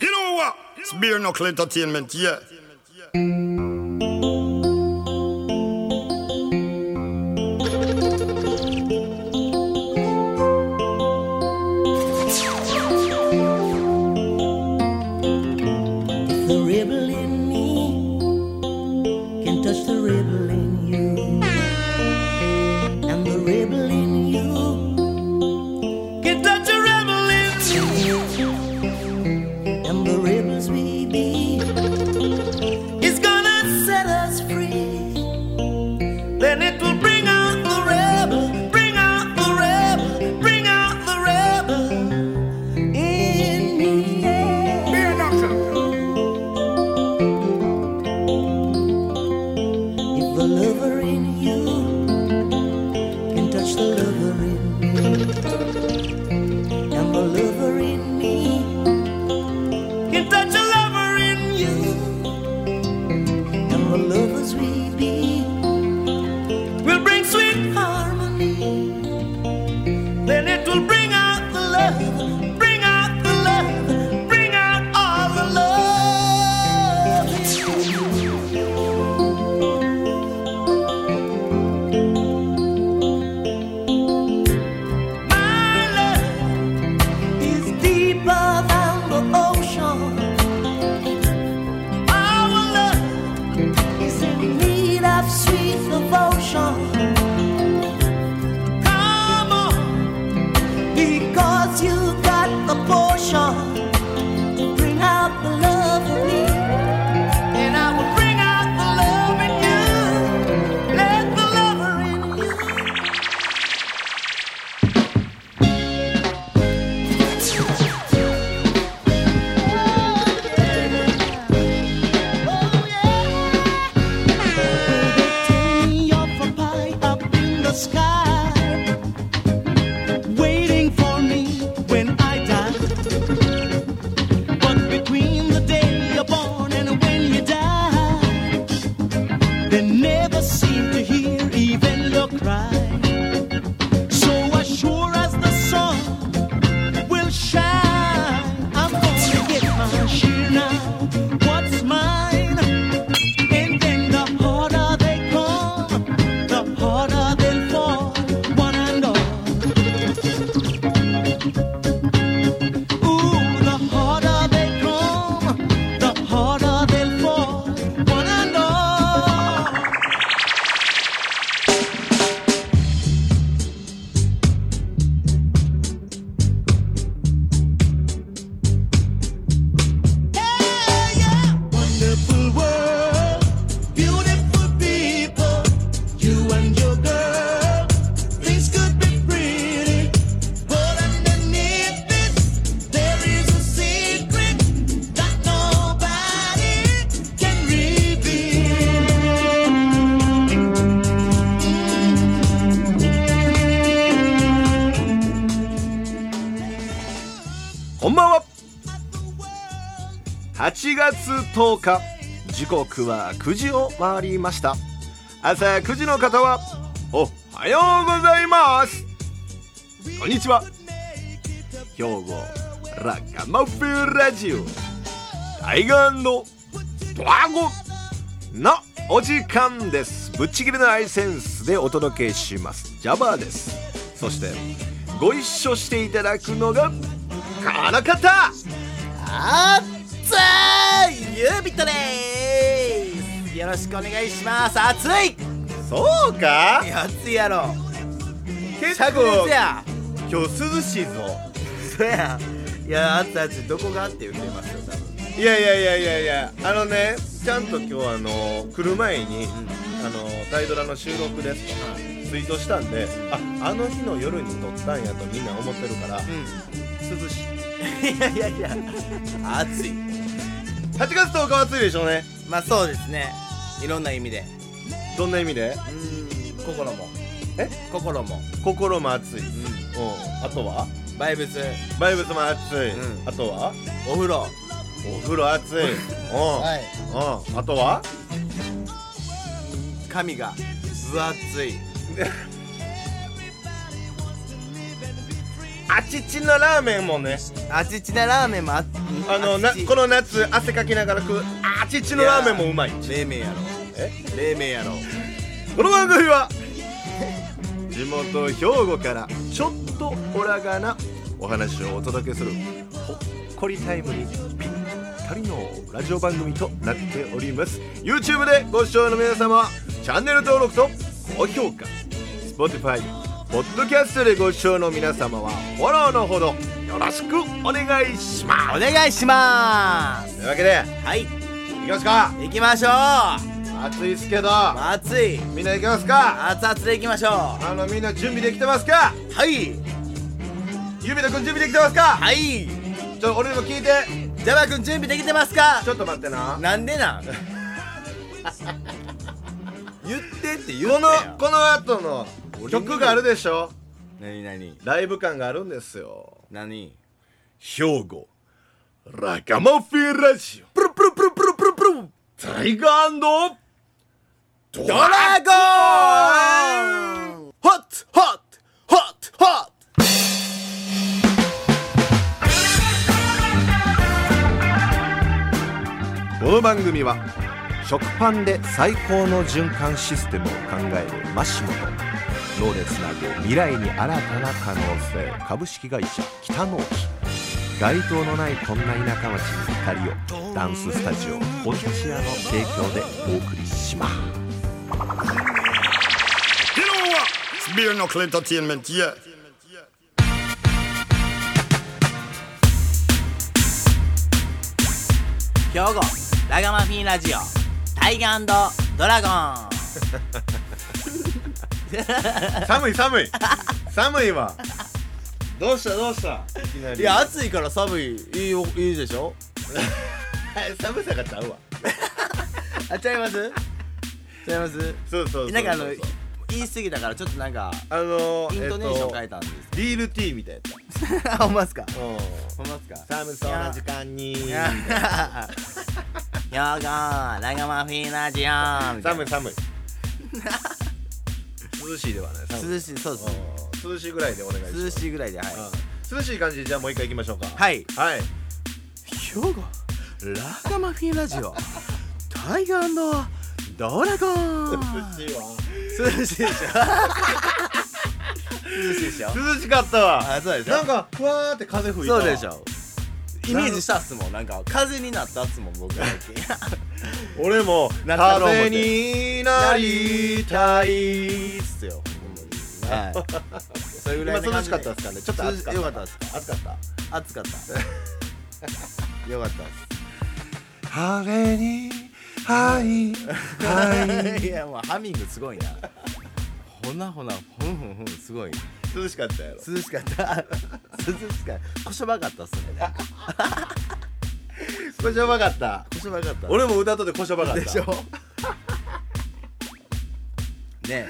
Noah. It's Beer Knuckle Entertainment, yeah. If the rebel in me can touch the rebel in you, and the rebel in you can touch the rebel in you, and the rebels we be is gonna set us free. Then it will bring out the rebel, bring out the rebel, bring out the rebel in me. Beer Knuckle. If the lover in you can touch the lover in me, and the lover in me can touch a lover in you, and the lovers we be will bring sweet harmony. Then it will bring out the love, bring out the love, bring out all the love. in you. My love is deeper than the ocean. Our love is in need of sweet devotion. Come on, because you got the portion to bring out the love in me, and I will bring out the love in you. Let the lover in you. Sure as the sun will shine, I'm gonna get my share now. What's mine? And then the harder they come, the harder they'll fall, one and all. Ooh, the harder they come, the harder they'll fall, one and all. Wonderful world, beautiful people, you and your girl. Things could be pretty, but underneath it, there is a secret that nobody can reveal. こんばんは8月10日時刻は9時を回りました朝9時の方はおはようございますこんにちは兵庫ラカマフェラジオ対岸のドラゴンのお時間ですぶっちぎりのアイセンスでお届けしますジャバーですそしてご一緒していただくのがこの方あっつーゆうびとですよろしくお願いします暑いそうかいや暑いやろ結灼熱や今日涼しいぞそやいや暑い暑いどこがって言ってますよ多分いやいやいやいやいやあのねちゃんと今日あの来る前に、あのタイドラの収録ですとか、ツイートしたんでああの日の夜に撮ったんやとみんな思ってるから、涼しいいやいやいや暑い8月10日は暑いでしょうねまあそうですねいろんな意味でどんな意味でうん心もえ心も心も暑い、うん、あとはバイブスバイブスも暑い、うんあとはお風呂お風呂暑い、うんいうん、あとは髪が分厚い あちちなラーメンもねあちちなラーメンもあっあのなこのの夏汗かきながら食うあちちのラーメンもうまい冷麺やろえ冷麺やろこの番組は地元兵庫からちょっとオラがなお話をお届けするほっこりタイムにぴったりのラジオ番組となっております YouTube でご視聴の皆様はチャンネル登録と高評価 Spotify ポッドキャストでご視聴の皆様はフォローのほどよろしくお願いしますお願いしますというわけではいいきますか行きましょう暑いっすけど暑いみんな行きますか熱々で行きましょうあのみんな準備できてますかはいゆびとくん準備できてますかはいちょ俺にも聞いてジャバ君準備できてますかちょっと待ってななんで なん言ってって言うこのたよこの後の曲があるでしょ何何ライブ感があるんですよ何兵庫ラガマフィラジオプルプルプルプルプルプルタイガードドラゴンホットホットホットホットこの番組は食パンで最高の循環システムを考えるマシモと脳でつなぐ未来に新たな可能性株式会社北農機街灯のないこんな田舎町に光をダンススタジオポンチアの提供でお送りします You know what? It's bare knuckle entertainment, yeah. 兵庫ラガマフィンラジオタイガードラゴン寒い寒い寒いわどうしたどうしたいきなりいや暑いから寒いいいよいいでしょ 寒さがちゃうわ あちゃいますちゃいますそうそうそうそうなんかあの言い過ぎたからちょっとなんかあのイントネーション変ええたんですディールティーみたいなや あ、ほんまっすかつうんほんまっすか寒そうな時間にい や ーゴーラガマフィーナジオーみたい寒い寒い 涼しいではないな寒い涼しいそうですうん涼しいぐらいでお願いします涼しいぐらいではいうん涼しい感じでじゃあもう一回行きましょうかはいはい兵庫ラガマフィーナジオタイガードラゴン涼しいわ涼しいでしょ涼しいでしょ涼しかったわあそうでしょなんかふわーって風吹いたわそうでしょイメージしたっすもんなんか風になったっすもん僕だ け俺もなったろう思って風になりたいっすよはいそれぐ今らいの涼感しじかったっすかねちょっと暑か涼ったしよかったっす暑かった暑かった。よかった晴れにはいは っす。いやもうハミングすごいな。ほなほなほんほんほんすごい。涼しかったやろ涼しかった。涼しかった。こしょばかったっすね。こしょばかったこしょばかった。俺も歌っとってこしょばかったでしょ。 ね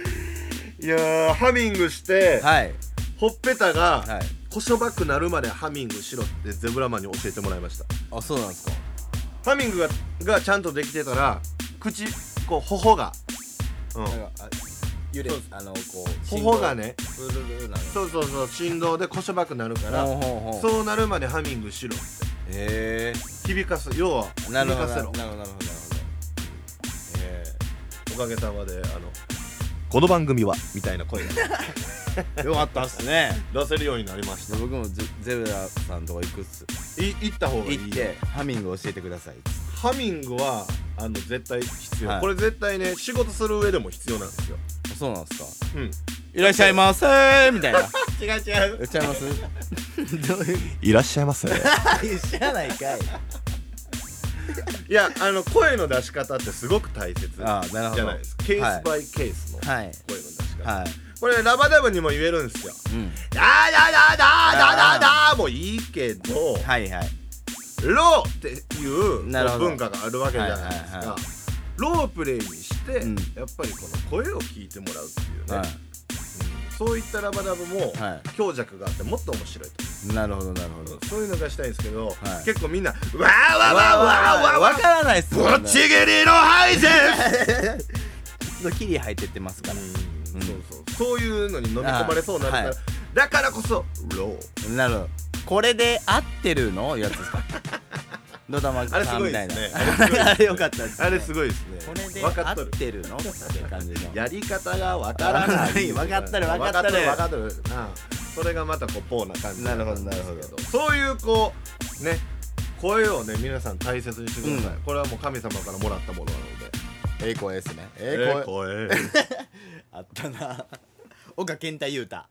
いやーハミングして、はいほっぺたが、はい。こしょばくなるまでハミングしろってゼブラマンに教えてもらいましたあそうなんですか。ハミングががちゃんとできてたら口こう頬が、うん、なんかあ揺れそうあのこう頬がね振るなそうそうそう振動でこしょばくなるの。かほらんほんほん。そうなるまでハミングしろへ響かす要はえ。な響るほどかなせるろほどなるほどなるほええおかげさまであのこの番組はみたいな声がど。よかったっすね。出せるようになりましで僕もゼゼブラさんとこ行くっす。たい行った方がいい行ってハミング教えてくださいっつってハミングはあの絶対必要、はいこれ絶対ね仕事する上でも必要なんですよそうなんですかうんいらっしゃいませーみたいな 違う違う言っちゃいますどういういらっしゃいませ知らないかいいやあの声の出し方ってすごく大切じゃああなるほどないですかケースバイケースの声はいの出し方、はいこれラバダブにも言えるんですようん「ダダダダダダダ」もいいけどはいはい「ロー」っていうなるほど文化があるわけじゃないではいはいはいすかロープレイにして、うんやっぱりこの声を聞いてもらうっていうね、はそういったラバダブも、は強弱があってもっと面白いといなるほどなるほどそういうのがしたいんですけど、はい結構みんな「わーわーわーわーわーわわからないっすもんーぶ っちぎりの配膳!」ちょっとキリ入ってってますからそうそうそういうのに飲み込まれそうになるから、だからこそローなるほどこれで合ってるのやつで すかのだまあれすさんごみいたいでなすねあれよかったですねあれすごいですねこれで合分かっとっるてるのって感じのやり方がわからな い分かったる分かったる分かったる分かったるなあそれがまたこうポーな感じなるほどなるほどそういうこうね声をね皆さん大切にしてください、うこれはもう神様からもらったものなのでええ声ですねえええ声え声あったな岡健太優太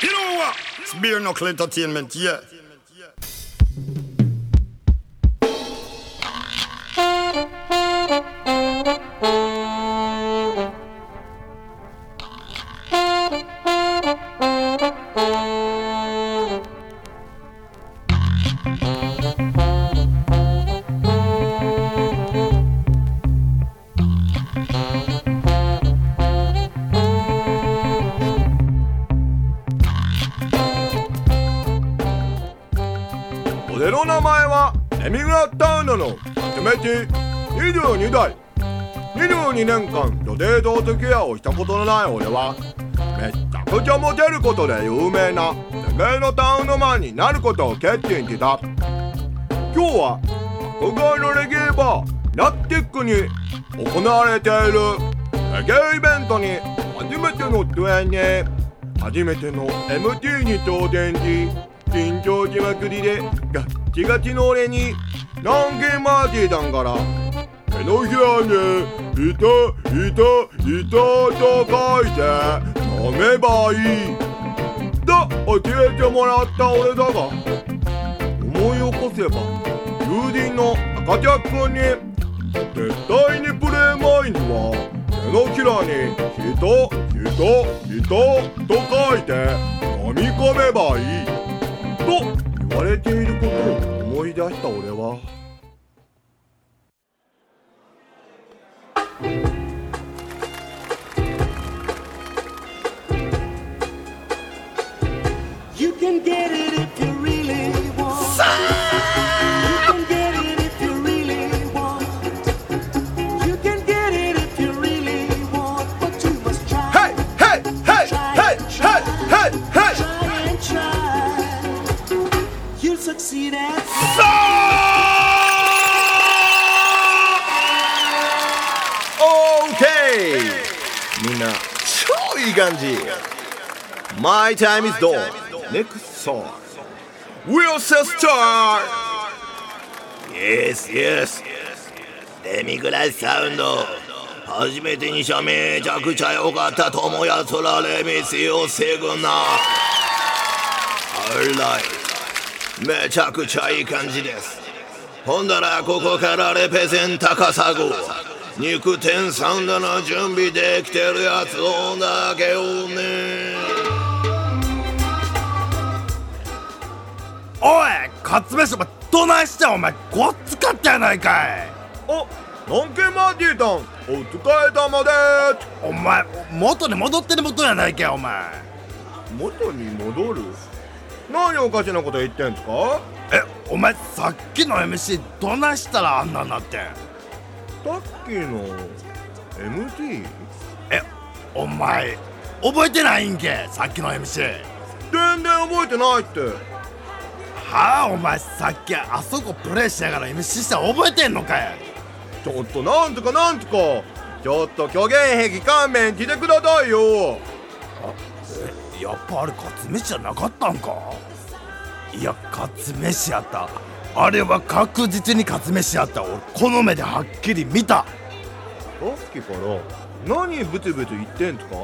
You know what? It's beer knuckle entertainment, yeah. 俺の名前はエミグラタウンなの決めて22代22年間土デート付き合いをしたことのない俺はめちゃくちゃモテることで有名なレゲエのタウンのマンになることを決心した今日は国外のレゲエバーラッティックに行われているレゲエイベントに初めての出演に初めての MT に挑戦し緊張しまくりでガッチガチの俺にランゲーマーティーさんから「手のひらにいたいたいたと書いて飲めばいい」と教えてもらった俺だが思い起こせば友人の赤ちゃん君に絶対にプレイ前には手のひらに「人人人」と書いて飲み込めばいいと言われていることを思い出した俺はヘイヘイヘイヘイヘイヘイヘイ You'll succeed at オーケーみんな超いい感じ My time is done Next song We'll say star Yes, yes. デミグラスサウンド。初めてにしゃめちゃくちゃ良かった友やつらレミスをせぐな。Alright. めちゃくちゃいい感じです。ほんだらここからレペゼン高砂肉店サウンドの準備できてるやつを投げようね。おいカツメシお前どないしてんお前ごっつかったやないかいおノンケマーティーさんお疲れ様でお前元に戻ってる元やないかいお前す元に戻る何おかしなこと言ってんすかえお前さっきの MC どないしたらあんなになってんさっきの MT? えお前覚えてないんけさっきの MC 全然覚えてないってはあお前さっきあそこプレイしながら MC したら覚えてんのかいちょっとなんとかなんとかちょっと虚言癖勘弁してくださいよやっぱあれカツメシじゃなかったんかいやカツメシやったあれは確実にカツメシやった俺この目ではっきり見たさっきから何ブツブツ言ってんすか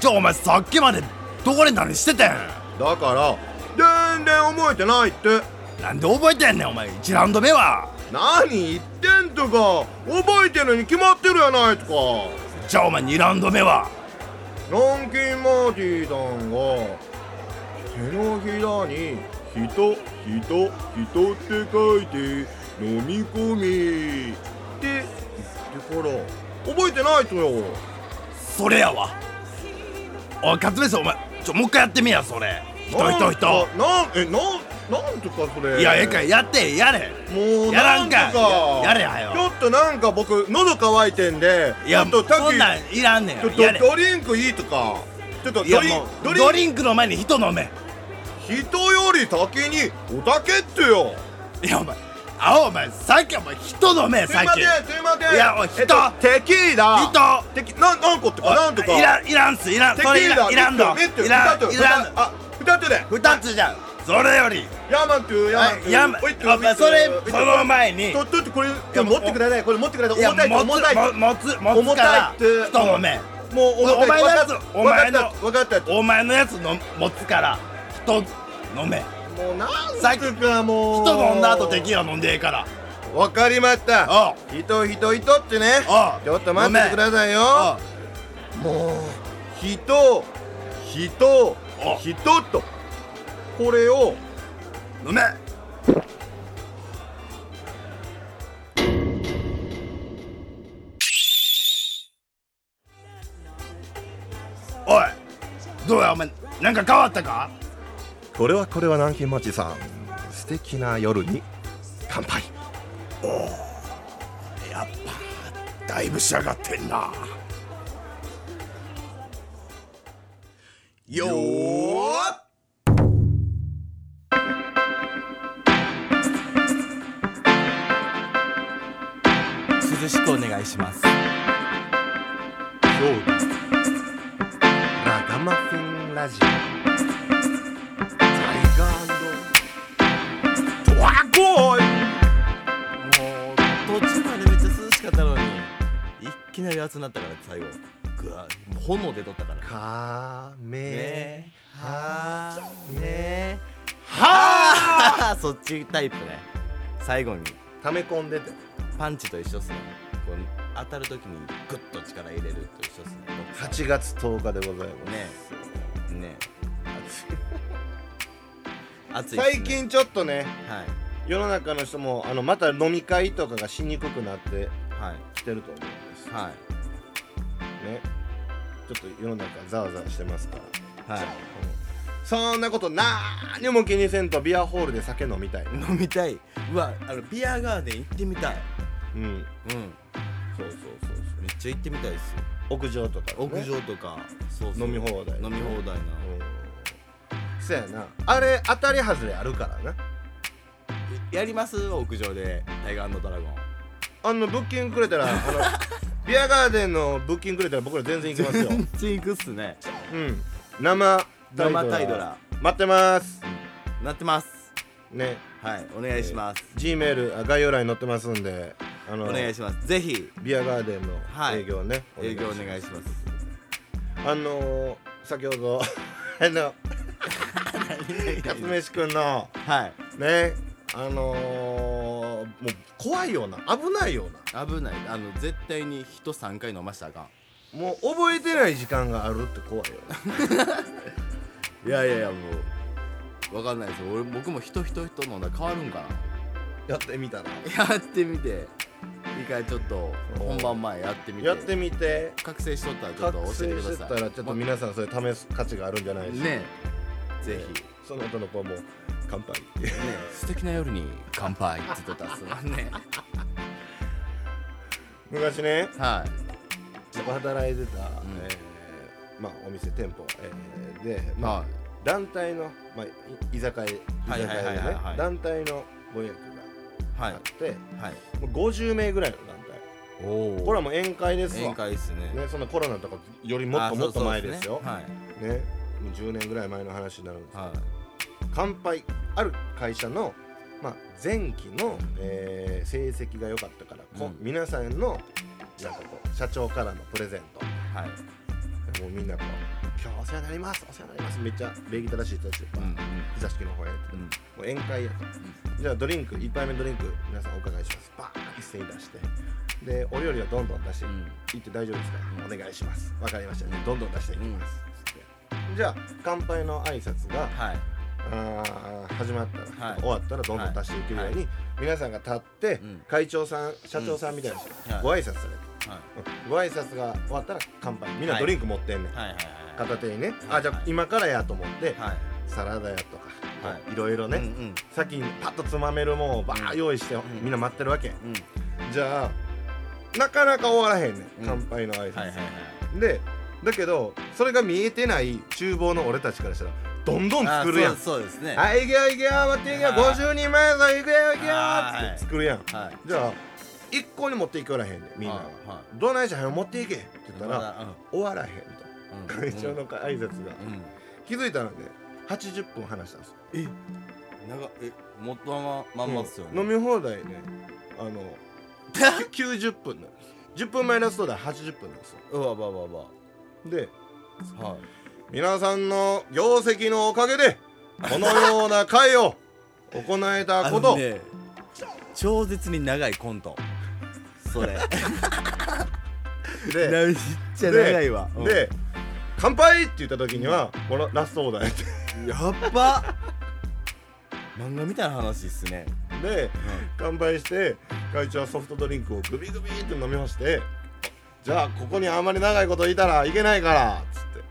じゃあお前さっきまでどこで何しててんだから全然覚えてないってなんで覚えてんねんお前1ラウンド目は何言ってんとか覚えてるに決まってるやないとかじゃあお前2ラウンド目はランキンマーティーさんが手のひらに「人人人」って書いて飲み込みって言ってから覚えてないとよそれやわおい勝目さんお前ちょもう一回やってみやそれ人人人あなんえなんなんとかそれいやええかやってやれもうやらんかなんとかやれはよちょっとなんか僕喉乾いてんでいやちょっとタそキんなんいらんねんちょっやれとドリンクいいとかちょっとドいやリンもうドドリンリンクの前に人飲め人より先におたけってよいやお前あお前さっきお前人飲めすいさっませきんすいませんいやおいえっと人テキーラ人テキなん何個ってかおいなんとかいらんいらんっすいらんテそれいキーらラんいらんのミットいらんミットいらんのあ二つで二つじゃんそれよりヤーマントゥーヤーマントゥーやんおいっとお前それおいっとその前にちょっとこれいややもう持ってくれないこれ持ってくれないいや重たい持つ重たいもも持つ持重つかたいらって人飲めう重たいお前のやつわかったお前のわかったわかったやつお前のやつの持つから人飲めもうなんさっきとかもう人飲んだ後テキーラ飲んでええからわかりましたおう人人人ってねおうちょっと待ってくださいおよう人人お人とこれを飲めおいどうやお前なんか変わったかこれはこれは南京町さん素敵な夜に乾杯やっぱだいぶ仕上がってんなよー涼しくお願いしますそうだラガマフィンラジオドワゴーイ途中までめっちゃ涼しかったのに一気なり暑なったから最後ぐわ炎出とったからカメねはーねははーそっちタイプね最後に溜め込んでてパンチと一緒っすねこう当たるときにグッと力入れると一緒っすね8月10日でございますねえねえ暑い暑いっすね最近ちょっとねはい世の中の人もあのまた飲み会とかがしにくくなってはいきてると思うんですはいねちょっと世の中ざわざわしてますからはいそんなことなーにも気にせんとビアホールで酒飲みたい飲みたいうわあのビアガーデン行ってみたいうんうんそうそうそうそうめっちゃ行ってみたいっすよ屋上とか、ね、屋上とか、そうそう飲み放題飲み放題な、うんそやなあれ当たり外れあるからなやります屋上でタイガードラゴンあのブッキングくれたら あのビアガーデンのブッキングくれたら僕ら全然行きます よチークっすねうん生生タイドラ待ってますなってますねはいお願いします、 G メール概要欄に載ってますんであのお願いしますぜひビアガーデンのはい営業ね、営業お願いいしますあのー、先ほど あの辰飯くんのはいねあのー、もう怖いような危ないような危ないあの絶対に人3回飲ましたらあかんもう覚えてない時間があるって怖いよいやいやいやもうわかんないですよ俺僕も人人人飲んだら変わるんかやってみたらなやってみて一回ちょっと本番前やってみてやってみて覚醒しとったらちょっと覚教えて醒くだしてさいたらちょっと皆さんそれ試す価値があるんじゃないでしょうかねえぜひその後の子も乾杯ねえ素敵な夜に乾杯って言ってたっすもん ね昔ねはい僕働いてた、んえーまあお店店舗、えーでまあ、はい団体の、まあ、い居酒屋居はい酒はいは屋いではいねはい団体のご予約はがいあって、はいもう50名ぐらいの団体おおこれはもう宴会ですわ宴会っすねね、そんなコロナとかよりもっあとそうもっとそう前ですよねはいねもう10年ぐらい前の話になるんですけどは乾杯ある会社の、まあ、前期の、えー成績が良かったから、こうん皆さんのなんかこう社長からのプレゼントいはいもうみんなこう「今日お世話になりますお世話になります」めっちゃ礼儀正しい人たちとうんか、うん座敷の方へもうんう宴会やと、じゃあドリンク1杯目ドリンク皆さんお伺いしますバーン一斉に出してでお料理はどんどん出してうんいって大丈夫ですから、お願いしますわかりましたどんどん出していきます、ってじゃあ乾杯の挨拶がはいあー始まったら、はい終わったらどんどん足していけるように、皆さんが立って、ん会長さん社長さんみたいな人が、はいご挨拶されて、はいうんご挨拶が終わったら乾杯みんなドリンク持ってんねん、はいはいはい片手にね、はいあじゃあ今からやと思って、はいサラダやとかいろいろね、うん先にパッとつまめるもんをバー用意して、みんな待ってるわけ、じゃあなかなか終わらへんね、ん乾杯の挨拶、はいはいはいでだけどそれが見えてない厨房の俺たちからしたらどんどんあ作るやんそうそうですねはい、行くよ行くよ、待っていくよ、はい50人前だ、行くよ行くよはいつって作るやん。はいじゃあ、一向に持っていからへんねみんなははいは。どないじゃ、早よ持っていけって言ったまだら、終わらへんと。うん会長の挨拶うんが。気づいたらね、80分話したんですよ。なんかえ元ままんまっすよね、飲み放題ね、あ の、90分なんです。10分マイナスとで80分なんですよ。うわばばばで、はい皆さんの業績のおかげで、このような会を行えたこ あとの、ね超絶に長いコントそれで、めっちゃ長いわでで乾杯って言った時には、このラストオーダーやってうんやっば漫画みたいな話っすねで、乾杯して会長はソフトドリンクをグビグビって飲み干してじゃあここにあんまり長いこといたらいけないからっつって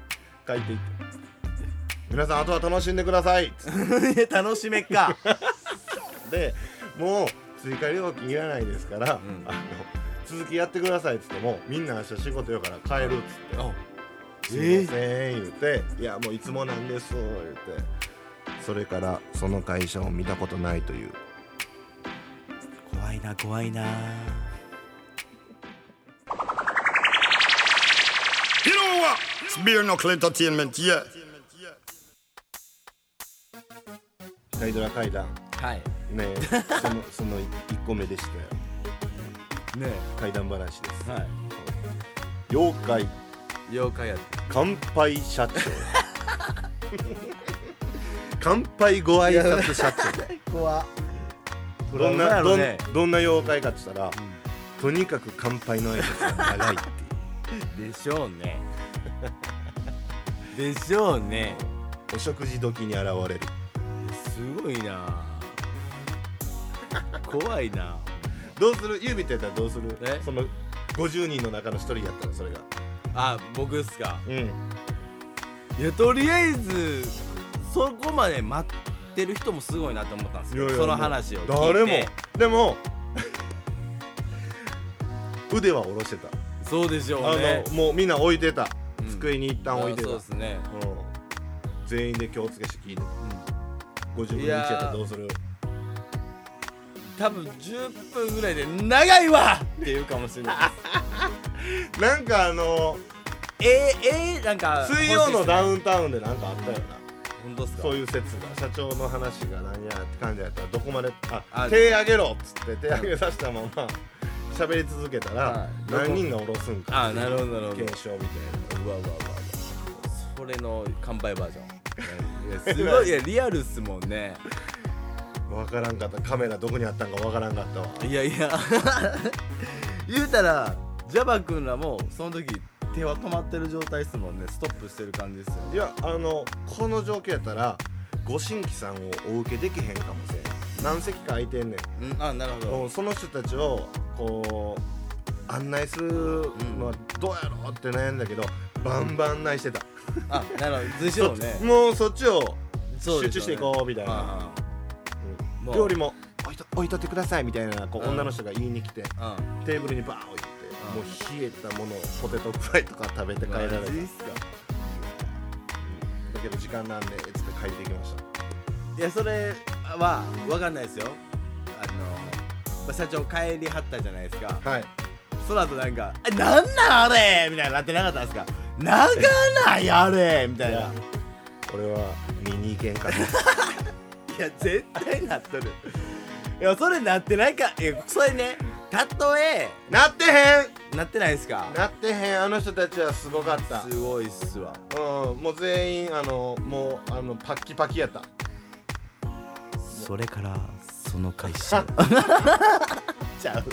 帰っていって皆さんあとは楽しんでくださいっつっいや楽しめっかてもう追加料金いらないですから、あの続きやってくださいっつってもみんな明日仕事よから帰るっつって。あすいません言って「いやもういつもなんです」言ってそれからその会社を見たことないという怖いな怖いな You know what? It's beer knuckle entertainment, yeah. タイドラ階段はいねその その1個目でしたよね階段話ですえはい妖怪妖怪やっ乾杯社 長乾杯ご挨拶社た怖長どんどうななどるんねどんな妖怪かって言ったら、とにかく乾杯の挨拶が長いっていうでしょう ねでしょうね お食事時に現れるすごいな怖いなどうする指ってやったらどうするえその50人の中の1人やったらそれがあ僕っすかうんいやとりあえずそこまで待ってる人もすごいなと思ったんですけどいやいやその話を聞いて誰もでも腕は下ろしてた、そうでしょうねあのもうみんな置いてた、うん机に一旦置いてたそうですねうん全員で気をつけして聞いて、50分い日ややーったらどうする多分10分ぐらいで「長いわ!」って言うかもしれ ないなんかあのですえー、えー、なんか水曜のダンウンタウンでなんかあったよな本当っすかそういう説が社長の話が何やって感じやったらどこまでああ手上げろっつって手上げさせたまま喋り続けたらはい何人が下ろすんかあなるほどなるほど検証みたいなうわうわうわうわそれの乾杯バージョンいやす ごいいやリアルっすもんねわからんかったカメラどこにあったんかわからんかったわいやいや 言うたらジャバ君らもその時手は止まってる状態っすもんねストップしてる感じですよねいやあのこの状況やったらご新規さんをお受けできへんかもしれん何席か空いてんねうんあなるほん、うん、その人たちをこう案内するのはどうやろうって悩んだけどバンバン案内してた、あなるほどでしょうねもうそっちをそう集ですよね中していこうみたいな、あうんもう料理も置いと置いとってくださいみたいなこう、うん女の人が言いに来てああテーブルにバーン置いてて、もう冷えたものをポテトフライとか食べて帰られたマジっすかだけど時間なんでっつって帰ってきましたいやそれは分かんないですよあのまあ社長帰りはったじゃないですかはいその後なんか「えなんなんあれ!」みたいになってなかったんですか「長ないあれ!」みたいいなや俺は見に行けんかったいや絶対なっとるいやそれなってないかいやそれねたとえ なってへんなってないですかなってへんあの人たちはすごかったすごいっすわうんもう全員あのもうあのパッキパキやったそれからその会社ちゃう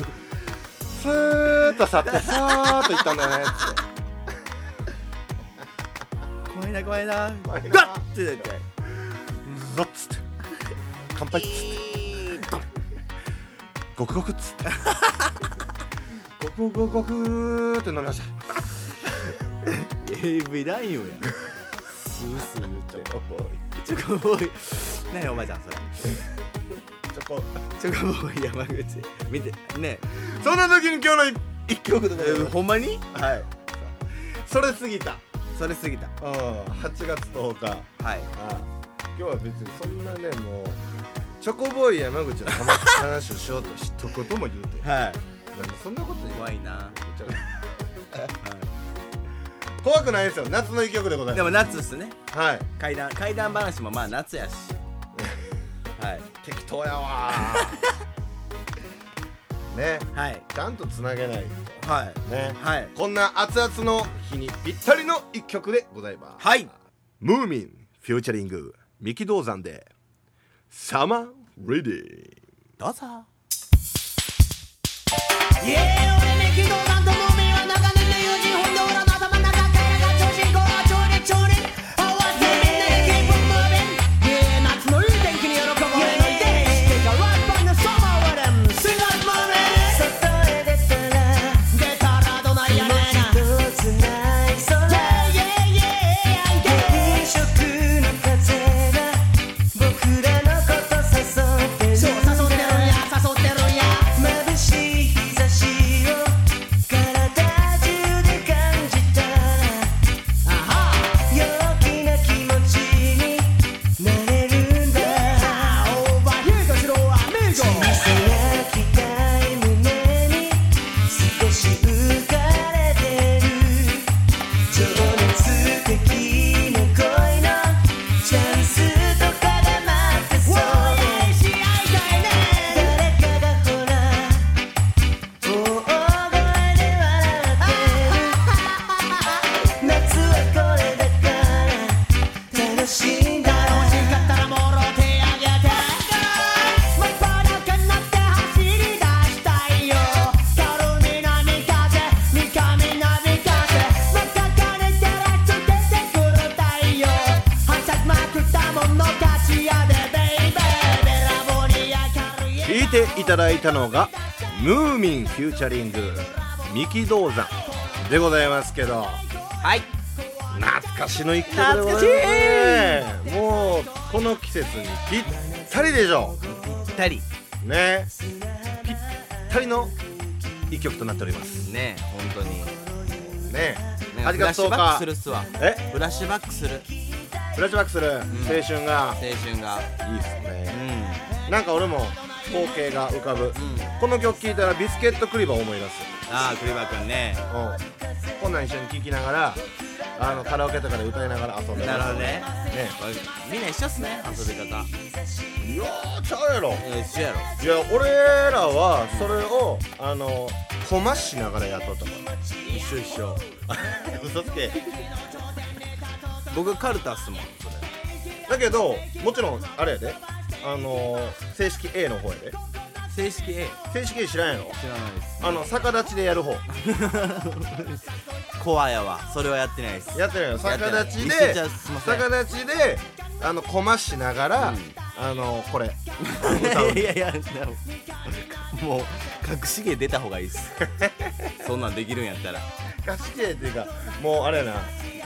スーッと去ってさーっと行ったんだよねっつって怖いな怖いな怖いなガッってなってうわっつって乾杯っつってゴクゴクっつってゴクゴクゴクーって飲みました AV 男優やんスースーってちょっと多いねえおばちゃんそれチョコチョコボーイ山口見てねそんな時に今日の一一曲でごえざいえますほんまにはいそれ過ぎたそれ過ぎたうん8月10日はいあ今日は別にそんなねもうチョコボーイ山口の話をしようとしとことも言うてはないんでそんなこと言わ怖いなれちゃう怖くないですよ夏の一曲でございでまも夏っすねすはい怪談怪談話もまあ夏やしはい適当やわーねはいちゃんとつなげないはいねはいこんな熱々の日にぴったりの一曲でございますはいムーミンフューチャリング三木道山でサマーレディーどうぞイエー俺メキドランドムーミンは中根で友人本土裏の頭の中からが調子ゴー調理調理合わせみんなで気分ムーミンイエー夏のいい天気に喜ぼう俺のイデーシティがワンパンのサマーワレンシンガームーミン外へ出たら出たらどないやねんイエーイエーイエーイエーイそう誘ってるんや誘ってるんやあはあオーバーヒートしろアミーゴチャンスとかが待ってそうで「誰かがほら大声で笑って」「夏はこれだから楽しんだら」欲しかったらもろ手あげてもっと楽になって走り出したいよ軽みなみ風三上なみ風また金照らし出てくる太陽はしゃぎまくったものかしやでベイベーべらぼに明るい聞いていただいたのがムーミンフューチャリング三木道山でございますけどはい懐かしの一曲でございますねもうこの季節にぴったりでしょぴったりうねぴったりの一曲となっておりますねえ本当にねなんかフ8ラッ月シュ10バック日するっすわえフラッシュバックするフラッシュバックする青春が青春がいいっすねうなんか俺も光景が浮かぶんうんこの曲聴いたらビスケットクリバー思い出すああ栗葉くんねうんこんなん一緒に聴きながらあのカラオケとかで歌いながら遊んでなるほどねねみんな一緒っすね遊び方いやーちゃうやろえー一緒やろいや俺らはそれをあのこましながらやっとったから一緒一緒嘘つけ僕カルタっすもんそれだけどもちろんあれやであの正式 A の方やで正式 A 正式 A 知らんやろ知らないですあの逆立ちでやる方コアやわそれはやってないですやってるよやって逆ない立ちで一緒じゃすいません逆立ちであのこましながら、あのこれ歌う いやいやもう隠し芸出た方がいいっ すそんなんできるんやったら歌詞系っていうかもうあれやな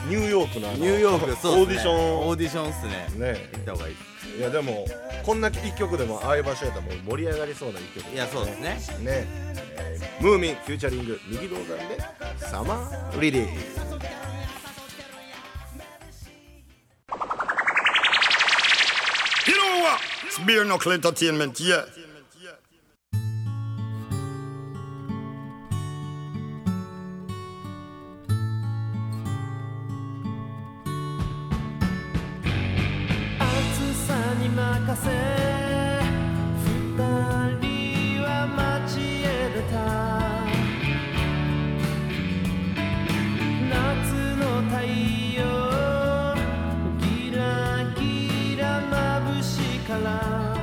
ニューヨークのあのニューヨークそうオっーすねディションオーディションっすねね行った方がいいっいやでもこんな一曲でもああいう場所やったらもう盛り上がりそうな一曲すいやそうですねね、えームーミンフューチャリング右動画でサマーリリー You know what? It's bare knuckle entertainment, yeah. 暑さに任せ二人は街へ出た夏の太陽ギラギラ眩しいから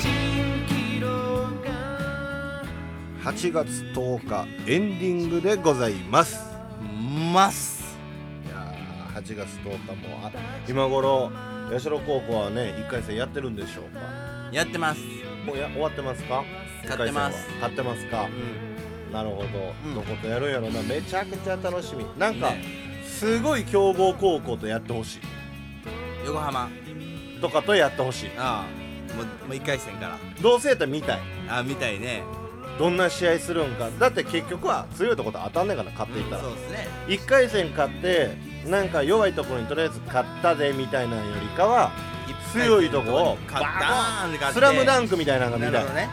蜃気楼が8月10日エンディングでございますますいやー8月10日もあ今頃八代高校はね1回戦やってるんでしょうかやってますもうや終わってますか勝ってます一回戦は勝ってますか、うんなるほど、うんどことやるんやろなめちゃくちゃ楽しみなんか、ねすごい強豪高校とやってほしい横浜とかとやってほしいああもうもう1回戦からどうせやったら見たいああみたいねどんな試合するんかだって結局は強いとこと当たんねえから勝っていったら、そうですね1回戦勝ってなんか弱いところにとりあえず勝ったでみたいなんよりかは強いとこを勝った「スラムダンンクみたいなのがな見るたいほどね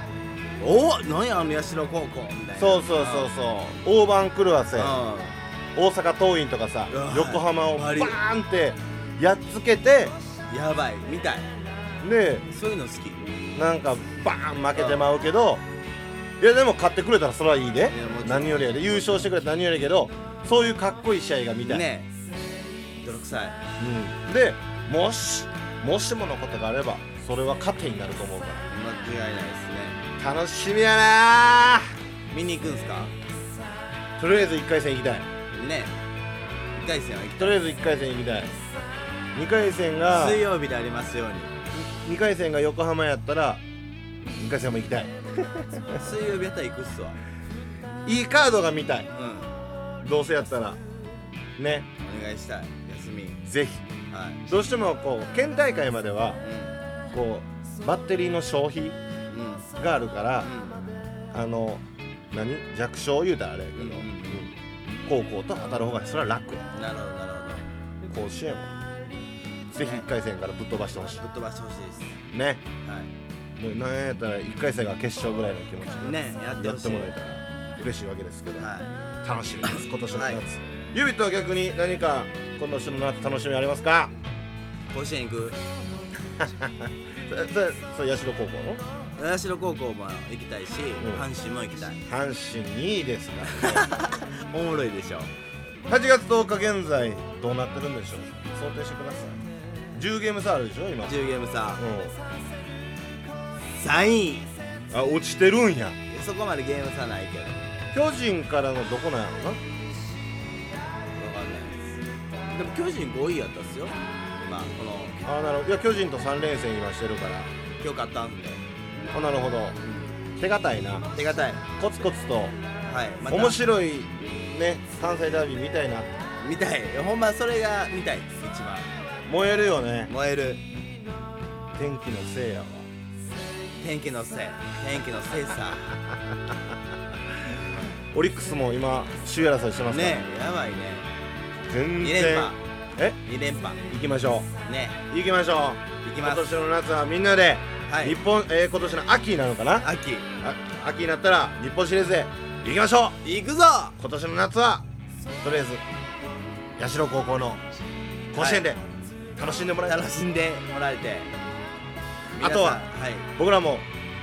おお何やあの社高校みたいなそうそうそうそう大番狂わせあ大阪桐蔭とかさうわ横浜をバ悪いーンってやっつけてあやばいみたいでそういうの好きいなんかバーン負けてまうけどいやでも勝ってくれたらそれはいいでやもちろん何よりやで優勝してくれたら何よりやけどそういうかっこいい試合が見たい、ね泥臭いうん、でもしもしものことがあればそれは糧になると思うか間違いないですねら楽しみやな見に行くんすかーとりあえず1回戦行きたいね1回戦は行きとりあえず1回戦行きたい2回戦が水曜日でありますように2回戦が横浜やったら2回戦も行きたい水曜日やったら行くっすわいいカードが見たいうんどうせやったらねお願いしたい休みぜひはいどうしてもこう県大会まではうこうバッテリーの消費んうんがあるからうあの何弱小言うたらあれやけど、んうん高校と当たる方がそれは楽やうんなるほどなるほど甲子園はぜひ1回戦からぶっ飛ばしてほしぶっ飛ばしてほしいですいねはいもうなんやったら1回戦が決勝ぐらいの気持ちでねやってやほっしていもらえたら嬉しいわけですけど、は楽しみです今年の夏、はいユビットは逆に何か今年の夏楽しみありますかい甲子園行くそそそう社高校の七代高校も行きたいしん阪神も行きたい阪神2位ですからねおもろいでしょ8月10日現在どうなってるんでしょう想定してください10ゲーム差あるでしょ今、う10ゲームさん、 3位あ落ちてるんやそこまでゲーム差ないけど巨人からのどこなんやろなわかんないですでも巨人5位やったっすよ今このあなるほどいや巨人と3連戦今してるから今日買ったんであなるほど手堅いな手堅いコツコツとはいまた面白いね関西ダービーみたいな見たいほんまそれが見たいです一番燃えるよね燃える天気のせいやわ天気のせい天気のせいさオリックスも今首位争いしてますからねえやばいね全2然連覇え2連覇行きましょねう行きましょう行き今ます年の夏はみんなで、はい日本、えー今年の秋になるのかな秋あ秋になったら日本シリーズへ行きましょう行くぞ今年の夏はとりあえず社高校の甲子園で楽しんでもらいたい、楽しんでもらえてあとは皆さんはい僕らも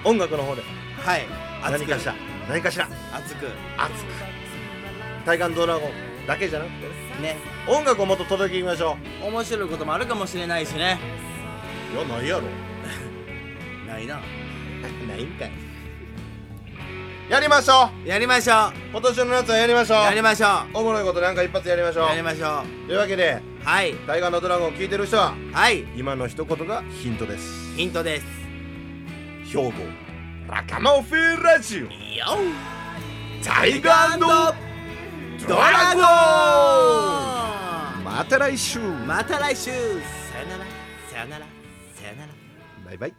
音楽の方ではい何かしら何かしら熱く熱く「体感ドラゴン」だけじゃなくねて音楽をもっと届けていきましょ面白いこともあるかもしれないしねういやないやろないなないんかいやりましょやりましょう今年の夏はやりましょうやりうましょおもろいことなんか一発やりましょううやりましょというわけでうはい「大河のドラゴン」聞いてる人ははい今の一言がヒントですヒントです兵庫ラカマフィラジオよ大河のドラゴンまた来週また来週さよならさよならさよならバイバイ